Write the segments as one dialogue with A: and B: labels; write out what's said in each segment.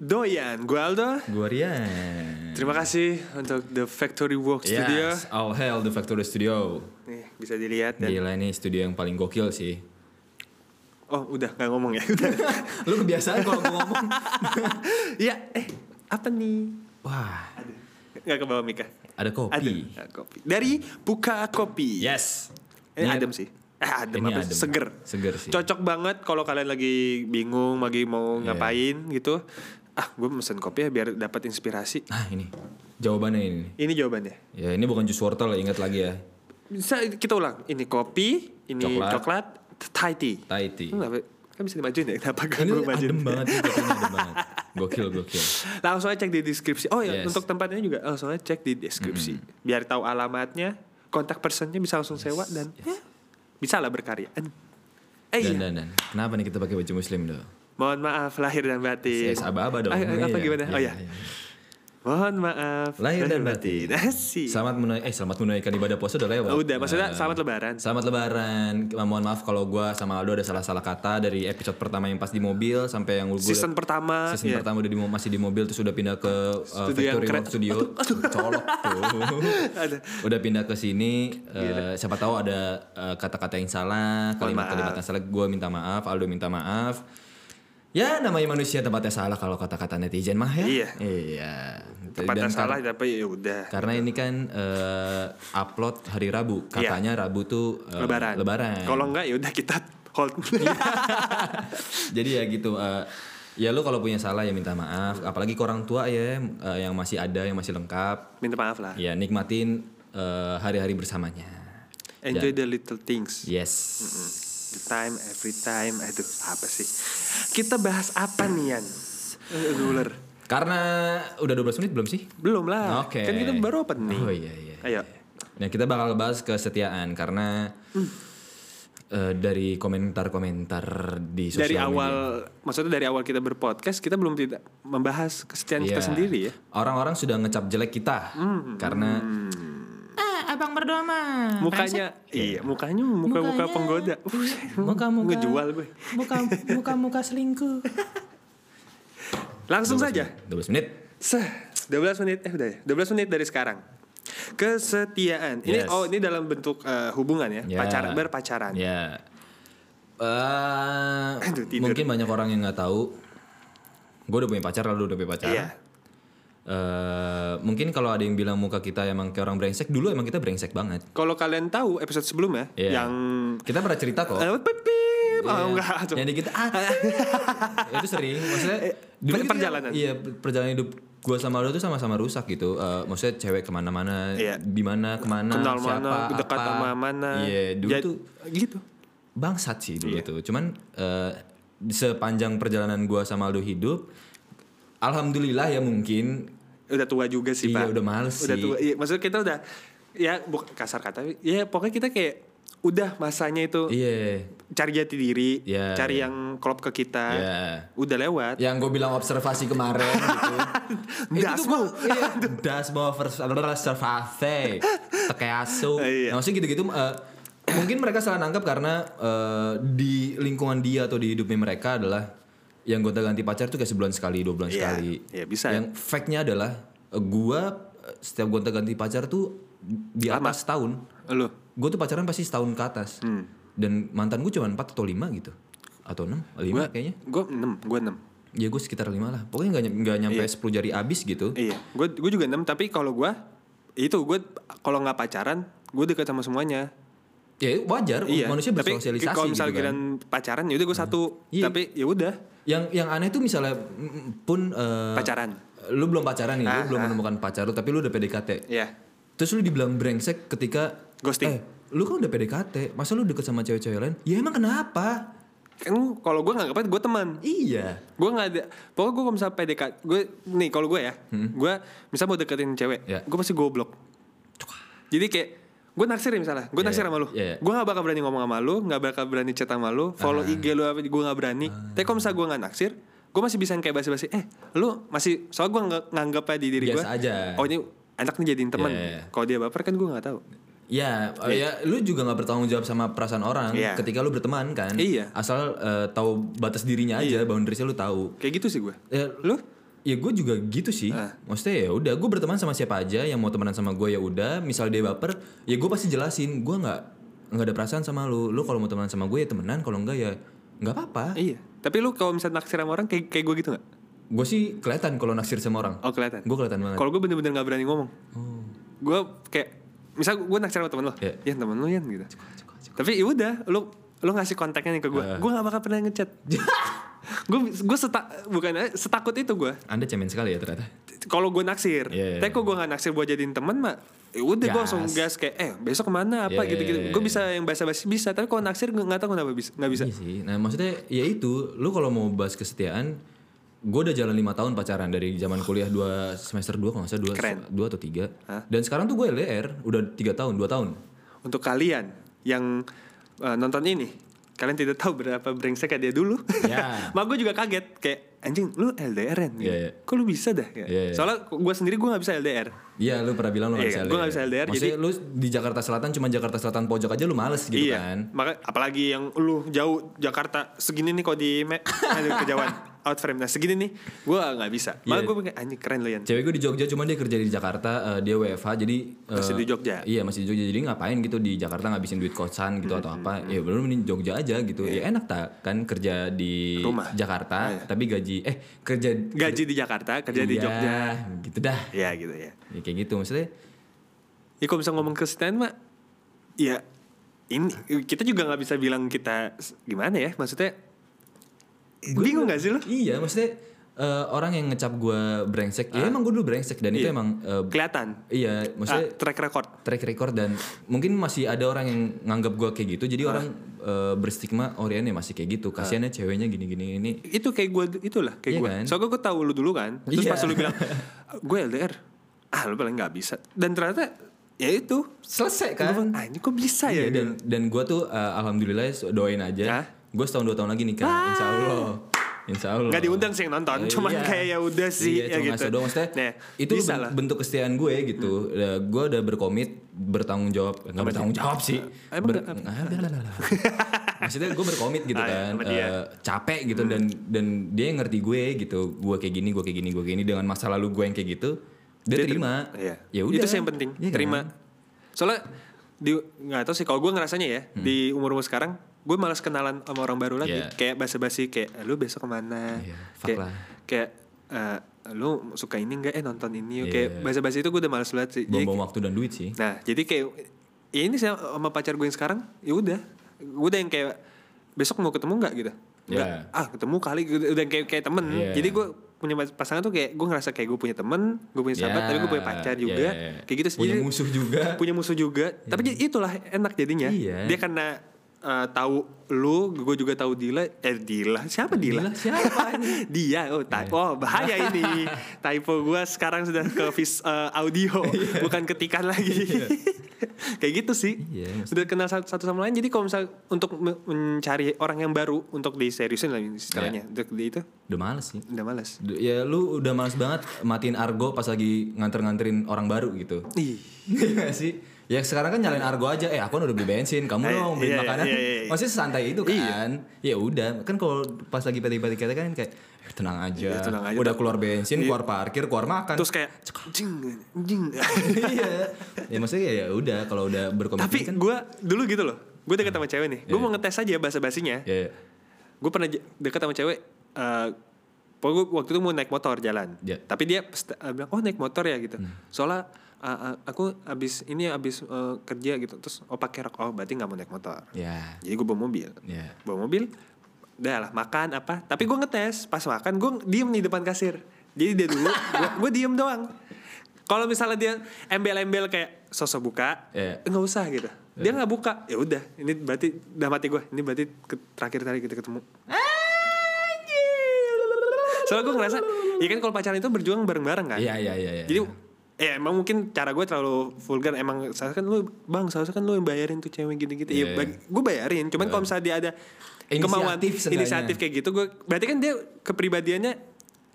A: Doyan, gue Aldo.
B: Gue Rian.
A: Terima kasih untuk The Factory Work Studio.
B: Yes, all hail the Factory Studio.
A: Nih, bisa dilihat dan
B: Gila ini studio yang paling gokil sih.
A: oh udah nggak ngomong ya. Udah.
B: Lu kebiasaan kalau gue ngomong.
A: ya, eh apa nih?
B: Wah,
A: Nggak ke bawah Mika.
B: ada kopi.
A: Ada, ah, kopi. Dari Buka Kopi.
B: Yes.
A: Ini adem sih. Eh, adem,
B: Ini
A: apa?
B: adem.
A: seger.
B: Seger sih.
A: Cocok banget kalau kalian lagi bingung, lagi mau
B: Iya.
A: ngapain gitu. Ah, gue mesen kopi ya biar dapat inspirasi.
B: Nah ini jawabannya ini.
A: Ini jawabannya.
B: Ya ini bukan jus wortel ingat lagi ya.
A: Bisa kita ulang. Ini kopi, ini
B: Coklat.
A: coklat, Thai tea.
B: Thai tea.
A: Kenapa? Kan bisa dimajuin ya? Kenapa kan
B: Ini
A: gue majuin? Nah,
B: adem banget, ini kopinya adem banget. Gokil gokil.
A: Langsung aja cek di deskripsi. Oh ya,
B: Yes.
A: untuk tempatnya juga langsung aja cek di deskripsi. Biar tahu alamatnya, kontak personnya bisa langsung sewa dan ya, bisa lah berkarya. Eh, Eh
B: Dan
A: iya,
B: dan dan. Kenapa nih kita pakai baju muslim dong?
A: mohon maaf lahir dan batin.
B: Yes, aba-aba dong.
A: Ah, ah, apa
B: Iya,
A: gimana? oh ya.
B: iya, iya.
A: Mohon maaf
B: Lahir dan batin.
A: Asik.
B: Selamat menunaikan eh selamat menunaikan ibadah puasa udah lewat.
A: Ah, Oh, Udah, maksudnya
B: Eh,
A: selamat lebaran.
B: Selamat lebaran. Mohon maaf kalau gua sama Aldo ada salah-salah kata dari episode pertama yang pas di mobil sampai yang gue
A: Season pertama.
B: season
A: ya.
B: pertama udah di, masih di mobil terus udah pindah ke uh,
A: Studio yang
B: Factory
A: keren.
B: Work Studio colok tuh.
A: Ada.
B: udah pindah ke sini eh, siapa tahu ada eh, kata-kata yang salah, kalimat-kalimat yang salah. Gue minta maaf, Aldo minta maaf. Ya namanya manusia tempatnya salah kalau kata-kata netizen mah ya.
A: Iya.
B: Iya.
A: Tempatnya
B: Dan kar-
A: salah tapi ya udah.
B: karena ini kan eh, upload hari Rabu, katanya Rabu tuh eh,
A: Iya. lebaran.
B: Lebaran. Iya.
A: Kalau enggak ya udah kita hold.
B: Jadi ya gitu. eh, ya lu kalau punya salah ya minta maaf. Apalagi ke orang tua ya eh, yang masih ada, yang masih lengkap.
A: Minta maaf lah.
B: Ya nikmatin eh, hari-hari bersamanya.
A: Enjoy the little things.
B: Yes.
A: The time, every time. Aduh, apa sih? Kita bahas apa nih, Yan? Eh, Ruler.
B: Karena udah 12 menit belum sih?
A: Belum lah.
B: Oke.
A: Kan kita baru apa nih?
B: Oh iya iya.
A: Ayo.
B: Nah kita bakal bahas kesetiaan karena
A: Hmm.
B: eh, dari komentar-komentar di sosial
A: Dari
B: media.
A: awal, maksudnya dari awal kita berpodcast, kita belum tidak membahas kesetiaan kita
B: Iya.
A: sendiri ya. Hmm.
B: Orang-orang sudah ngecap jelek kita karena ah abang berdua mah
A: Mukanya, iya, mukanya muka-muka
B: Nah, Mukanya-
A: penggoda. Uh,
B: muka-muka
A: Ngejual gue.
B: muka muka muka selingkuh.
A: Langsung saja.
B: 12 menit.
A: Seh, 12 menit eh udah ya. 12 menit dari sekarang. Kesetiaan. Ini
B: Yes.
A: oh ini dalam bentuk eh, hubungan ya,
B: Ya.
A: pacaran berpacaran.
B: Ya. Eh,
A: Aduh, tidur.
B: mungkin banyak orang yang nggak tahu. Gue udah punya pacar, lalu udah punya pacar.
A: Iya.
B: Eh, mungkin kalau ada yang bilang muka kita emang kayak orang brengsek, dulu emang kita brengsek banget.
A: Kalau kalian tahu episode sebelumnya
B: Iya.
A: yang
B: Kita pernah cerita kok.
A: eh, pip, pip.
B: Iya.
A: Oh, enggak tuh.
B: Yang dikit ah. itu sering. Maksudnya dulu
A: per-
B: kita-
A: Eh, perjalanan.
B: Iya, per- perjalanan hidup gua sama lo tuh sama-sama rusak gitu. Eh, maksudnya cewek kemana-mana,
A: Iya.
B: di mana, kemana,
A: kenal
B: siapa,
A: mana, dekat
B: apa.
A: sama mana. Iya.
B: Iya, dulu
A: Jadi-
B: tuh
A: gitu.
B: bangsat sih dulu tuh. Cuman eh, sepanjang perjalanan gua sama Aldo hidup, alhamdulillah ya mungkin
A: Udah tua juga sih, Pak.
B: Iya, udah males
A: Udah
B: sih.
A: tua. Iya, maksudnya kita udah ya bu- kasar kata. Ya pokoknya kita kayak udah masanya itu
B: iya
A: cari jati diri,
B: Iya.
A: cari yang klop ke kita.
B: Iya. Ya,
A: Udah lewat.
B: yang gue bilang observasi kemarin gitu.
A: Das
B: gua- iya, das mau vers- observasi, tekeasu.
A: Iya.
B: Nah, maksudnya gitu-gitu eh, mungkin mereka salah nangkap karena eh, di lingkungan dia atau di hidupnya mereka adalah yang gonta ganti pacar tuh kayak sebulan sekali, dua bulan
A: Iya,
B: sekali.
A: iya, bisa.
B: Yang fact-nya adalah eh, gua eh, setiap gonta ganti pacar tuh di atas tahun.
A: Loh,
B: Gue tuh pacaran pasti setahun ke atas.
A: Hmm.
B: Dan mantan gue cuma 4 atau 5 gitu. Atau 6, 5 kayaknya.
A: Gue 6, gue 6.
B: Ya gue sekitar 5 lah. Pokoknya gak, nyampe 10 jari abis gitu.
A: Iya, gue gue juga 6 tapi kalau gue itu gue kalau nggak pacaran gue dekat sama semuanya.
B: Ya wajar
A: Iya.
B: manusia
A: tapi
B: bersosialisasi
A: kalau
B: gitu
A: misalnya
B: kan.
A: giliran pacaran ya udah gue satu,
B: Iya.
A: tapi ya udah
B: Yang yang aneh tuh misalnya mm, pun eh,
A: pacaran.
B: lu belum pacaran nih,
A: Ah,
B: lu belum menemukan pacar lu tapi lu udah PDKT.
A: Iya.
B: Terus lu dibilang brengsek ketika
A: Ghosting.
B: Eh, lu kan udah PDKT, masa lu deket sama cewek-cewek lain? Ya emang kenapa?
A: Kan kalau gue nggak gue teman.
B: Iya.
A: Gue nggak ada. Pokoknya gue kalau misalnya PDK, gue nih kalau gue ya, gue misalnya mau deketin cewek,
B: Iya.
A: gue pasti goblok. Jadi kayak gue naksir ya Ah. misalnya, gue
B: Iya,
A: naksir sama lu,
B: iya.
A: gue gak bakal berani ngomong sama lu, gak bakal berani chat sama lu, follow IG lu apa, gue gak berani. Tapi kalau misalnya gue gak naksir, gue masih bisa yang kayak basi-basi, eh lu masih, soalnya gue nggak nganggap aja Ya, di diri gue.
B: Biasa aja.
A: Oh ini anak nih jadiin teman.
B: Iya, iya.
A: Kalau dia baper kan gue gak tahu.
B: Ya, eh, ya lu juga nggak bertanggung jawab sama perasaan orang
A: Iya.
B: ketika lu berteman kan.
A: Iya.
B: Asal eh, tahu batas dirinya aja, boundaries-nya lu tahu.
A: Kayak gitu sih gue.
B: Ya,
A: Lu?
B: ya gue juga gitu sih
A: Ah.
B: maksudnya ya udah gue berteman sama siapa aja yang mau temenan sama gue ya udah misal dia baper ya gue pasti jelasin gue nggak nggak ada perasaan sama lu lu kalau mau temenan sama gue ya temenan kalau enggak ya nggak apa-apa
A: Iya. Tapi lu kalau misalnya naksir sama orang kayak kayak gue gitu nggak?
B: gue sih kelihatan kalau naksir sama orang
A: Oh kelihatan.
B: gue kelihatan banget Oh.
A: Kalau gue bener-bener nggak berani ngomong. Gue kayak misal gue naksir sama temen lo,
B: Iya.
A: ya temen lo Yan gitu. Tapi ya udah, lu lu ngasih kontaknya nih ke gue. Gue nggak bakal pernah ngechat.
B: Iya.
A: gue gue seta, bukan setakut itu gue.
B: anda cemen sekali ya ternyata
A: Kalau gue naksir,
B: Iya, iya.
A: tapi kalau gue nggak naksir buat jadiin temen mah, ya udah gue
B: Gas.
A: langsung gas kayak eh besok kemana apa
B: Iya, iya,
A: gitu-gitu.
B: iya, iya.
A: Gue bisa yang basa-basi bisa, tapi kalau naksir gue nggak tahu kenapa bisa nggak bisa.
B: Iya sih. Nah maksudnya ya itu, lu kalau mau bahas kesetiaan, gue udah jalan lima tahun pacaran dari zaman kuliah dua semester dua kalau nggak salah dua,
A: Keren.
B: dua atau tiga. Dan sekarang tuh gue LDR udah tiga tahun, dua tahun.
A: Untuk kalian yang eh, nonton ini, kalian tidak tahu berapa brengsek dia dulu.
B: Ya.
A: Mak gue juga kaget kayak anjing lu LDR-an gitu.
B: Iya, iya.
A: Kok lu bisa dah? Kayak,
B: Iya, iya.
A: Soalnya gue sendiri gue gak bisa LDR.
B: Iya, lu pernah bilang lu nggak
A: Iya,
B: bisa LDR.
A: gua nggak bisa LDR,
B: Maksudnya lu di Jakarta Selatan cuma Jakarta Selatan pojok aja lu males gitu
A: iya.
B: kan?
A: Maka apalagi yang lu jauh Jakarta segini nih kalau di me- aduh, kejauhan out frame. Nah, segini nih gue nggak bisa. Maka
B: Iya.
A: gue pengen anjing keren lu Yan.
B: Cewek gue di Jogja, cuma dia kerja di Jakarta, eh, dia WFH, jadi eh,
A: Masih di Jogja.
B: Iya masih di Jogja, jadi ngapain gitu di Jakarta ngabisin duit kosan gitu atau apa? Ya belum mending Jogja aja gitu. Ya enak tak kan kerja di
A: Iya. Rumah.
B: Jakarta,
A: Iya.
B: tapi gaji eh kerja
A: Gaji di Jakarta, kerja di
B: Iya,
A: Jogja.
B: gitu dah.
A: Ya gitu ya.
B: Ya, kayak gitu maksudnya.
A: Ya kalau bisa ngomong kesetiaan mah Ya ini Kita juga nggak bisa bilang kita s- Gimana ya maksudnya Bingung gak sih lu?
B: Iya, maksudnya eh, orang yang ngecap gue brengsek, ya emang gue dulu brengsek dan itu
A: Ah. Iya.
B: emang eh,
A: Kelihatan
B: iya,
A: Ah,
B: maksudnya
A: Track record
B: track record dan mungkin masih ada orang yang nganggap gue kayak gitu. Jadi orang eh, berstigma Orian ya masih kayak gitu. Kasiannya ceweknya gini-gini ini.
A: Itu kayak gue Itulah kayak
B: Iya
A: gue
B: kan?
A: Soalnya gue tahu lu dulu kan Terus
B: Iya.
A: pas lu bilang Gue LDR Ah lu paling gak bisa Dan ternyata Ya itu
B: Selesai
A: Gue bilang ah, ini kok bisa ya
B: Iya, dan dan gue tuh eh, alhamdulillah doain
A: Ya.
B: aja. Gue setahun dua tahun lagi nikah. Insya Allah. Insya Allah.
A: Gak diundang sih yang nonton
B: Eh,
A: Cuman
B: iya.
A: kayak ya udah sih
B: Iya,
A: ya
B: cuma
A: gitu
B: ngasih doang. Maksudnya,
A: Nah,
B: itu
A: bisa
B: ben-
A: lah Hmm.
B: bentuk kesetiaan gue gitu. Eh, gue udah berkomit, bertanggung jawab, nggak bertanggung jawab sih.
A: ya? emang
B: Ber-
A: nggak-
B: Ah, blablabla. Maksudnya gue berkomit gitu
A: Ah, iya,
B: kan,
A: sama dia. Hmm.
B: Eh, capek gitu dan dan dia yang ngerti gue gitu. Gue kayak gini, gue kayak gini, gue kayak gini dengan masa lalu gue yang kayak gitu. Dia, terima.
A: Iya.
B: Ya
A: Itu
B: udah.
A: sih yang penting.
B: Iya kan?
A: terima. Soalnya di nggak tahu sih kalau gue ngerasanya ya di umur umur sekarang gue malas kenalan sama orang baru lagi.
B: Hmm. Iya.
A: Kayak basa-basi kayak "Eh, lu besok kemana?
B: Iya, fuck
A: kayak
B: lah.
A: kayak "Eh, lu suka ini nggak? Eh nonton ini yuk."
B: Iya.
A: Kayak basa-basi itu gue udah malas banget sih. Jadi-
B: Buang-buang waktu dan duit sih.
A: nah jadi kayak ya ini sih sama pacar gue yang sekarang ya udah gue udah yang kayak besok mau ketemu nggak gitu. Nggak.
B: Iya.
A: Ah ketemu kali gitu. udah yang kayak kayak temen.
B: Iya.
A: Jadi gue punya pasangan tuh kayak gue ngerasa kayak gue punya temen, gue punya sahabat,
B: Ya,
A: Iya, tapi gue punya pacar
B: ya,
A: juga,
B: ya.
A: kayak gitu
B: Punya
A: Jadi-
B: musuh juga.
A: punya musuh juga tapi jadi itulah enak jadinya
B: Iya.
A: dia karena eh, tahu lu gue juga tahu Dila eh Dila siapa Dila,
B: Dila siapa
A: dia oh, ta- oh bahaya ini typo gue sekarang sudah ke vis- eh, audio bukan ketikan lagi kayak gitu sih
B: Iya,
A: sudah kenal satu satu sama lain jadi kalau misal untuk me- mencari orang yang baru untuk diseriusin lah istilahnya
B: Iya.
A: untuk di itu
B: Udah males sih.
A: udah males
B: Du- Ya lu udah males banget matiin argo pas lagi nganter-nganterin orang baru gitu.
A: ih
B: Iya gak sih? Ya sekarang kan nyalain argo aja. Eh aku kan udah beli bensin, kamu
A: Eh,
B: dong beli
A: iya, iya,
B: makanan.
A: iya, iya.
B: Maksudnya santai itu kan. Ya udah, kan kalau pas lagi peti-peti kita kan kayak "Eh, tenang aja.
A: Iya, tenang aja. Iya.
B: Udah keluar bensin, keluar parkir, keluar makan.
A: terus kayak jing jing
B: iya. Ya maksudnya ya- ya udah kalau udah berkomitmen
A: Tapi
B: kan. Ah. Iya.
A: gue dulu gitu loh. Gue deket sama cewek nih. Gue mau ngetes aja bahasa basinya.
B: Ya, ya.
A: Gue pernah j- deket sama cewek. eh pokoknya gua waktu itu mau naik motor jalan.
B: Iya. Hmm.
A: Tapi dia pst- eh, bilang, oh naik motor ya gitu. Soalnya eh, eh, aku abis ini abis eh, kerja gitu. Terus oh pakai rok. Oh berarti nggak mau naik motor.
B: Ya.
A: Jadi gue bawa mobil.
B: Ya.
A: Bawa mobil. Udah lah makan apa. Tapi gue ngetes. Pas makan gue diem di depan kasir. Jadi dia dulu. gue diem doang. Kalau misalnya dia embel-embel kayak sosok buka.
B: Iya.
A: Nggak usah gitu. Dia nggak buka. Ya udah. Ini berarti udah mati gue. Ini berarti ke- terakhir kali kita ketemu. Soalnya gue ngerasa. Ya kan kalau pacaran itu berjuang bareng-bareng kan.
B: Iya, iya, iya, iya.
A: Jadi ya emang mungkin cara gue terlalu vulgar emang seharusnya kan lu bang seharusnya kan lu yang bayarin tuh cewek gini-gini
B: Iya.
A: ya gue bayarin cuman kalau misalnya dia ada
B: Inisiatif
A: kemauan
B: seenggaknya.
A: inisiatif kayak gitu gue berarti kan dia kepribadiannya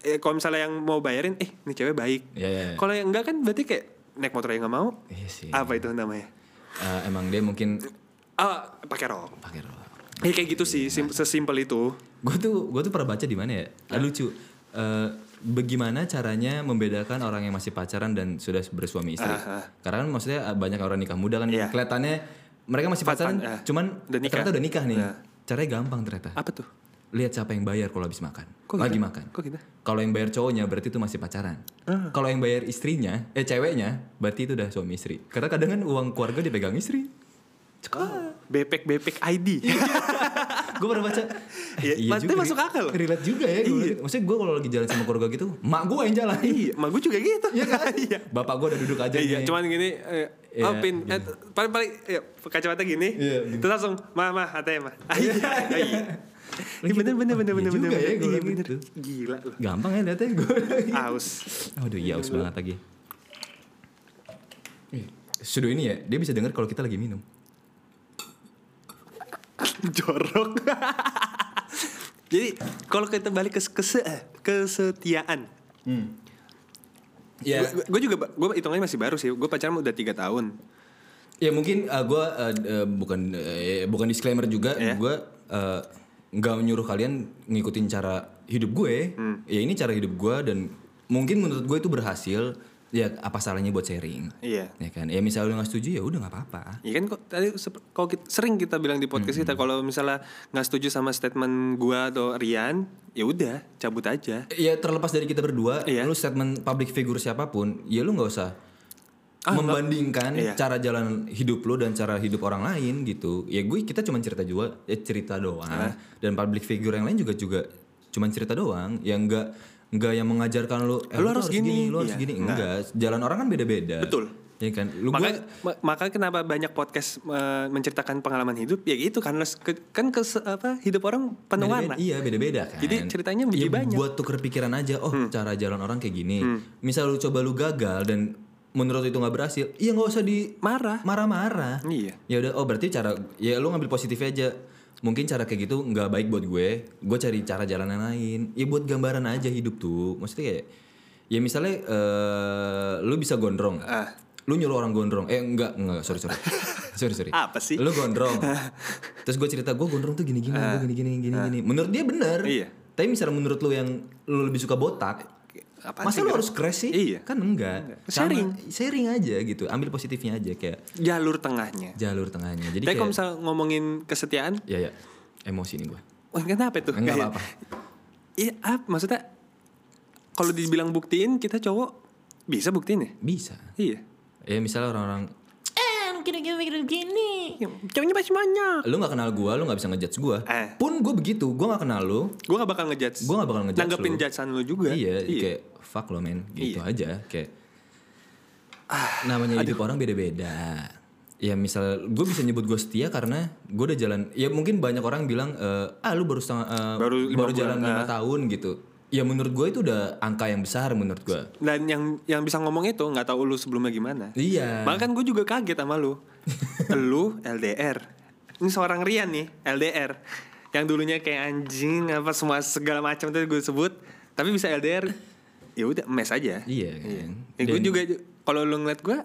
A: eh, kalau misalnya yang mau bayarin eh ini cewek baik
B: Iya, iya, iya.
A: kalau yang enggak kan berarti kayak naik motor yang nggak mau
B: Iya sih.
A: apa itu namanya
B: Eh, emang dia mungkin
A: ah pakai rok
B: pakai rokok.
A: ya
B: Iya.
A: kayak gitu sih sim- sesimpel itu Ya.
B: gue tuh gue tuh pernah baca di mana ya Ah, lucu Eh, bagaimana caranya membedakan orang yang masih pacaran dan sudah bersuami istri?
A: Ah,
B: Karena kan maksudnya banyak orang nikah muda kan
A: Iya.
B: kelihatannya mereka masih pacaran,
A: Pacaran, ah.
B: cuman
A: Udah nikah.
B: ternyata udah nikah nih.
A: Nah.
B: Caranya gampang ternyata.
A: Apa tuh?
B: Lihat siapa yang bayar kalau habis makan.
A: Kok
B: Lagi
A: gitu?
B: makan.
A: Kok Ah. gitu?
B: Kalau yang bayar cowoknya berarti itu masih pacaran. Kalau yang bayar istrinya, eh ceweknya, berarti itu udah suami istri. Karena kadang kan uang keluarga dipegang istri.
A: Ah, Bepek-bepek ID.
B: gue pernah baca
A: Iya,
B: eh,
A: berarti
B: juga,
A: masuk
B: relate-
A: akal.
B: relate juga ya gua. maksudnya gue kalau lagi jalan sama keluarga gitu mak gue yang jalan
A: iya, emang gue juga gitu.
B: Iya kan?
A: Iya.
B: bapak gue udah duduk aja
A: Iya,
B: nih.
A: cuman gini, eh,
B: Iya,
A: oh pin, eh, paling paling ya, kacamata gini,
B: Iya, gini.
A: terus langsung mah mah ATM mah. Ah, Iya, iya. Ini
B: Lagi
A: bener bener bener
B: gitu. Iya
A: bener bener.
B: juga ya, gua
A: iya,
B: bilang
A: bener.
B: gitu.
A: Gila loh.
B: gampang ya liatnya gue
A: Aus.
B: aduh iya aus banget lagi Eh, Sudah ini ya, dia bisa dengar kalau kita lagi minum.
A: jorok. Jadi kalau kita balik ke kese, eh, kesetiaan,
B: Ya,
A: gue juga gue hitungannya masih baru sih. Gue pacaran udah tiga tahun.
B: ya mungkin eh, gua gue bukan eh, bukan disclaimer juga,
A: Iya.
B: gua eh, nggak menyuruh kalian ngikutin cara hidup gue.
A: Hmm.
B: Ya ini cara hidup gue dan mungkin menurut gue itu berhasil. Ya apa salahnya buat sharing?
A: Iya.
B: Ya kan. Ya misalnya lu nggak setuju ya udah nggak apa-apa.
A: Iya kan kok tadi sep- kalau kita- sering kita bilang di podcast
B: Mm-hmm.
A: kita kalau misalnya nggak setuju sama statement gua atau Rian, ya udah cabut aja.
B: Ya terlepas dari kita berdua,
A: Iya.
B: lu statement public figure siapapun, ya lu nggak usah Ah, membandingkan
A: Iya.
B: cara jalan hidup lu dan cara hidup orang lain gitu. Ya gue kita cuma cerita juga, ya cerita doang. Dan public figure yang lain juga juga cuma cerita doang, yang enggak nggak yang mengajarkan lu, eh,
A: Lu
B: tuh
A: harus gini.
B: lu harus
A: Iya.
B: gini. Enggak, jalan orang kan beda-beda.
A: Betul.
B: Ya kan? Lu gue
A: Maka, ma- maka kenapa banyak podcast eh, menceritakan pengalaman hidup ya gitu kan les- ke- kan ke apa hidup orang penuh warna.
B: Beda-beda- Iya beda-beda kan.
A: Jadi ceritanya
B: ya,
A: begitu banyak. Hmm.
B: Buat tuker pikiran aja. Oh cara jalan orang kayak gini. Misal lu coba lu gagal dan menurut itu nggak berhasil, iya nggak usah di
A: Marah.
B: marah-marah.
A: Iya.
B: Ya udah. Oh berarti cara ya lu ngambil positifnya aja. Mungkin cara kayak gitu nggak baik buat gue. Gue cari cara jalan yang lain. Ya buat gambaran aja hidup tuh. Maksudnya kayak ya misalnya eh, lu bisa gondrong.
A: Ah.
B: Lu nyuruh orang gondrong. Eh enggak, enggak, sorry sorry. sorry sorry.
A: Apa sih?
B: Lu gondrong. Terus gue cerita gue gondrong tuh gini-gini, gue gini-gini, gini-gini. Menurut dia bener.
A: Ah. Iya.
B: Tapi misalnya menurut lu yang lu lebih suka botak,
A: Apaan
B: masa
A: sih
B: lu
A: gitu?
B: harus crash sih?
A: Iya.
B: Kan enggak. Sama-
A: Sharing.
B: sharing aja gitu. Ambil positifnya aja kayak
A: Jalur tengahnya.
B: jalur tengahnya. Jadi
A: Tapi kalau
B: kayak,
A: misal ngomongin kesetiaan,
B: ya ya emosi nih gue.
A: wah kenapa itu?
B: Enggak apa-apa.
A: Iya, ap- maksudnya kalau dibilang buktiin kita cowok bisa buktiin ya?
B: Bisa.
A: Iya.
B: Ya misalnya orang-orang Eh,
A: Cowoknya Iya, pasti banyak.
B: lu nggak kenal gue, lu nggak bisa ngejudge gue.
A: Eh.
B: Pun gue begitu, gue nggak kenal lu.
A: Gue gak bakal ngejudge.
B: Gua nggak bakal ngejudge
A: Nanggepin
B: lu.
A: judgean lu juga.
B: Iya, kayak fuck lo men, gitu
A: Iya.
B: aja kayak namanya hidup orang beda-beda. Ya misal gue bisa nyebut gue setia karena gue udah jalan. Ya mungkin banyak orang bilang eh, ah lu baru setengah, eh,
A: Baru lima bulan, ah."
B: jalan lima tahun gitu. Ya menurut gue itu udah angka yang besar menurut gue.
A: Dan yang yang bisa ngomong itu nggak tahu lu sebelumnya gimana.
B: Iya.
A: Bahkan gue juga kaget sama lu. lu LDR. Ini seorang Rian nih, LDR. Yang dulunya kayak anjing apa semua segala macam itu gue sebut, tapi bisa LDR. Ya udah, mes aja.
B: Iya kan.
A: Ya, gue
B: Dan-
A: juga kalau lu ngeliat gue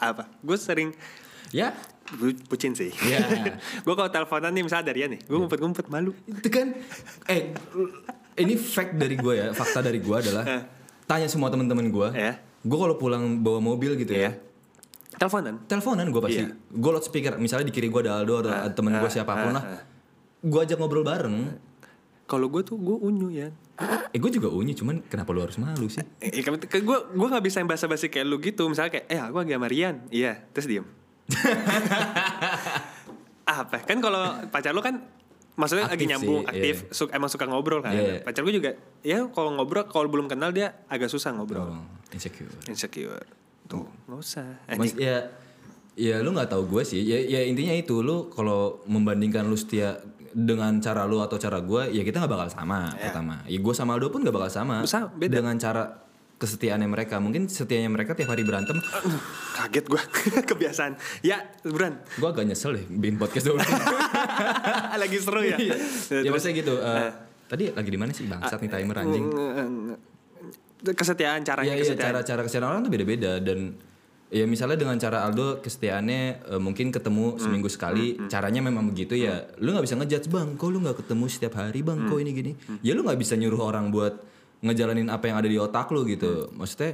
A: apa? Gue sering
B: Ya.
A: gue pucin sih.
B: Iya.
A: gue kalau teleponan nih misalnya dari Rian nih, gue ngumpet-ngumpet malu.
B: Itu kan eh ini fact dari gue ya, fakta dari gue
A: Eh.
B: adalah tanya semua teman-teman gue.
A: Ya.
B: Gue kalau pulang bawa mobil gitu ya,
A: Iya. Teleponan.
B: teleponan gue pasti
A: Iya.
B: gue loudspeaker misalnya di kiri gue ada Aldo atau
A: Ah,
B: temen gue
A: ah, ah,
B: siapapun lah gue ajak ngobrol bareng
A: Kalau gue tuh gue unyu ya.
B: eh gue juga unyu cuman kenapa lu harus malu sih
A: Eh, gue gue nggak bisa yang basa-basi kayak lu gitu. Misalnya kayak, eh aku lagi sama Rian. Iya, terus diem. Apa? Kan kalau pacar lu kan maksudnya lagi
B: Aktif
A: nyambung,
B: sih,
A: aktif,
B: iya.
A: su- emang suka ngobrol kan.
B: Iya, iya.
A: Pacar gue juga, ya kalau ngobrol, kalau belum kenal dia agak susah ngobrol.
B: oh, insecure
A: Insecure. Tuh, nggak usah. Eh,
B: Mas,
A: Anjing.
B: ya ya lu nggak tahu gue sih ya, ya intinya itu lu kalau membandingkan lu setia dengan cara lu atau cara gue ya kita nggak bakal sama pertama ya gue sama Aldo pun nggak bakal
A: Eh.
B: sama
A: Bisa, beda.
B: dengan cara kesetiaannya mereka mungkin setianya mereka tiap hari berantem
A: uh, Kaget gue, kebiasaan. Ya, Bran,
B: gue agak nyesel deh bikin podcast dulu
A: lagi seru ya.
B: Iya. ya
A: Terus- Ah.
B: maksudnya gitu. eh, tadi lagi di mana sih bangsat nih timer anjing.
A: uh, Kesetiaan, caranya
B: Iya iya
A: kesetiaan.
B: cara-cara kesetiaan orang tuh beda-beda dan ya misalnya dengan cara Aldo kesetiaannya eh, mungkin
A: Hmm.
B: ketemu seminggu sekali, caranya memang begitu
A: Hmm.
B: ya. Lu nggak bisa ngejudge bang, kok lu nggak ketemu setiap hari bang, kok ini gini. Ya lu nggak bisa nyuruh orang buat ngejalanin apa yang ada di otak lu gitu.
A: Hmm.
B: Maksudnya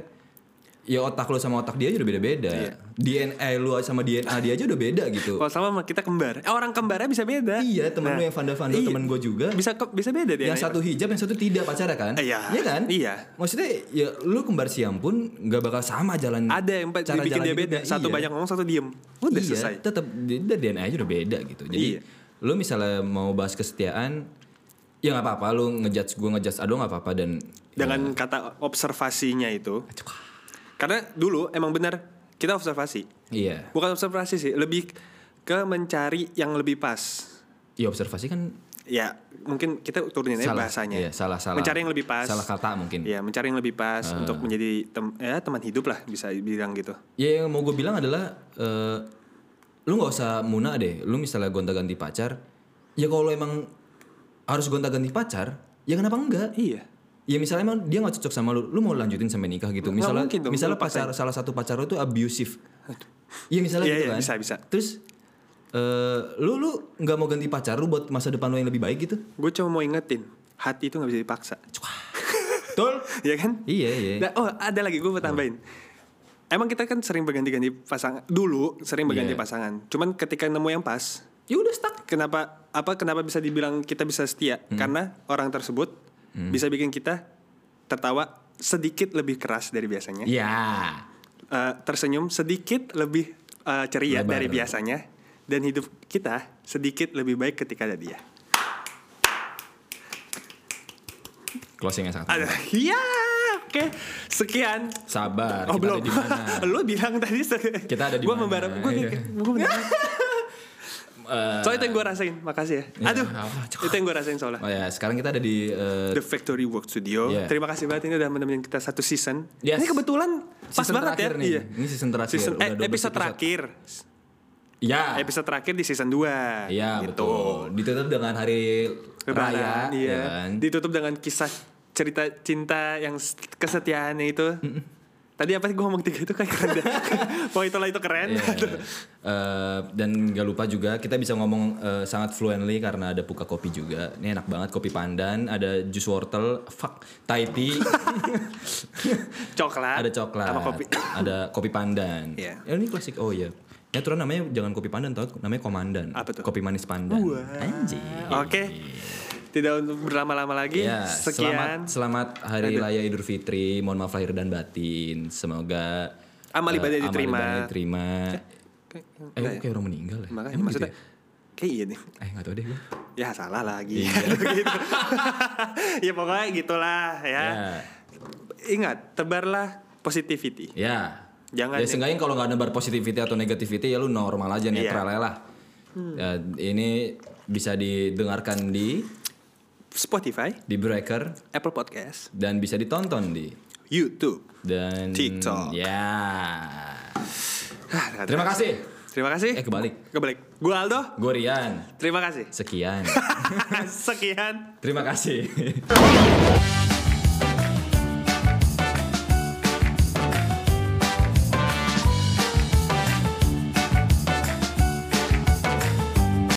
B: ya otak lu sama otak dia aja udah beda-beda.
A: Iya.
B: DNA lu sama DNA dia aja udah beda gitu.
A: Kalau sama sama kita kembar. Eh, orang kembarnya bisa beda.
B: iya, temen
A: Nah,
B: lu yang Vanda Vanda,
A: iya.
B: temen gue juga.
A: Bisa ke- bisa beda dia.
B: yang satu hijab, yang satu tidak pacaran kan?
A: Iya.
B: kan?
A: Iya.
B: Maksudnya ya lu kembar siam pun nggak bakal sama jalan.
A: ada yang pa-
B: cara
A: dibikin
B: jalan
A: dia beda.
B: hidupnya.
A: Satu
B: Iya.
A: banyak ngomong, satu diem. Udah
B: iya,
A: selesai.
B: Tetap DNA aja udah beda gitu. Jadi
A: Iya.
B: lu misalnya mau bahas kesetiaan, ya nggak apa-apa. Lu ngejudge gue ngejudge Ado nggak apa-apa dan
A: Dengan
B: Nah.
A: kata observasinya itu. Karena dulu emang benar kita observasi.
B: iya.
A: Bukan observasi sih, lebih ke mencari yang lebih pas.
B: Ya observasi kan
A: Ya, mungkin kita turunin aja
B: salah
A: bahasanya.
B: Iya, salah salah.
A: Mencari yang lebih pas.
B: Salah Eh. kata mungkin.
A: Ya, mencari yang lebih pas untuk menjadi tem- ya, teman hidup lah bisa bilang gitu.
B: Ya yang mau gue bilang adalah eh, lu nggak usah muna deh. Lu misalnya gonta-ganti pacar, ya kalau lu emang harus gonta-ganti pacar, ya kenapa enggak?
A: Iya.
B: Ya misalnya emang dia nggak cocok sama lu, lu mau lanjutin sampai nikah gitu.
A: Nggak
B: Misalnya
A: mungkin dong, lu
B: misalnya
A: paksain.
B: pacar salah satu pacar lu tuh abusive. Iya misalnya
A: Iya,
B: gitu
A: iya,
B: kan.
A: bisa, bisa.
B: Terus eh, lu lu nggak mau ganti pacar lu buat masa depan lu yang lebih baik gitu?
A: Gue cuma mau ingetin, hati itu nggak bisa dipaksa.
B: Betul?
A: Iya kan?
B: iya, iya.
A: Nah, oh ada lagi gue mau tambahin. Emang kita kan sering berganti-ganti pasangan. Dulu sering berganti
B: Iya.
A: pasangan. Cuman ketika nemu yang pas,
B: Ya udah stuck.
A: kenapa apa kenapa bisa dibilang kita bisa setia?
B: Hmm.
A: Karena orang tersebut bisa bikin kita tertawa sedikit lebih keras dari biasanya,
B: Ya.
A: Eh, tersenyum sedikit lebih eh, ceria
B: Lebar.
A: dari biasanya, dan hidup kita sedikit lebih baik ketika ada
B: Iya.
A: dia.
B: Closing yang sangat.
A: Ada, iya, oke, sekian.
B: Sabar.
A: Oh
B: kita
A: belum.
B: ada di mana?
A: Lu bilang tadi
B: Kita ada di
A: Gue
B: mana?
A: membara Gue
B: Iya. Eh,
A: Soalnya itu yang gue rasain Makasih ya
B: Iya,
A: Aduh
B: apa, cukup.
A: Itu yang gue rasain soalnya
B: Oh ya, sekarang kita ada di eh,
A: The Factory Work Studio
B: Iya.
A: Terima kasih banget Ini udah menemani kita satu season
B: Yes.
A: Ini kebetulan Pas
B: Season
A: banget ya
B: terakhir nih.
A: Iya.
B: Ini season terakhir.
A: Season-
B: Udah
A: eh,
B: 12
A: episode
B: episode.
A: terakhir
B: ya.
A: Episode terakhir di season 2
B: Iya, betul. Ditutup dengan hari raya,
A: Lebaran, iya.
B: ya kan?
A: Ditutup dengan kisah cerita cinta yang s- kesetiaannya itu Tadi apa sih gue ngomong tiga itu kayak keren dah. Wah itulah itu keren
B: Iya. Eh, dan nggak lupa juga kita bisa ngomong eh, sangat fluently karena ada puka kopi juga. Ini enak banget kopi pandan, ada jus wortel, fuck, Thai tea,
A: Coklat
B: ada coklat,
A: Sama kopi
B: ada kopi pandan.
A: Iya.
B: Ya, ini klasik. Oh iya. Ya aturan namanya jangan kopi pandan tau, namanya komandan.
A: Apa tuh?
B: Kopi manis pandan. Anjing.
A: Oke. Tidak untuk berlama-lama lagi.
B: Ya,
A: Sekian.
B: selamat selamat hari raya Idul Fitri. Mohon maaf lahir dan batin. Semoga
A: Amal
B: eh,
A: ibadah diterima.
B: Amal ibadah diterima. Eh,
A: Nggak ya?
B: kayak orang meninggal ya.
A: Makanya
B: Emang gitu
A: maksudnya
B: ya?
A: kayak iya nih.
B: Eh nggak tahu deh gue.
A: Ya salah lagi.
B: Iya.
A: Gitu. ya pokoknya gitulah ya.
B: Ya.
A: Ingat, tebarlah positivity.
B: Ya.
A: Jangan Iya.
B: Ya seenggaknya kalau nggak nebar positivity atau negativity ya lu normal aja netral aja lah.
A: Hmm.
B: Ya, ini bisa didengarkan di
A: Spotify,
B: di Breaker
A: Apple Podcast,
B: dan bisa ditonton di
A: YouTube.
B: dan
A: TikTok.
B: Ya.
A: Hah,
B: Terima kasih.
A: Ah, Terima kasih.
B: Eh kebalik.
A: Kebalik. Gue Aldo.
B: Gue Rian.
A: Terima kasih.
B: Sekian.
A: Sekian.
B: Terima kasih.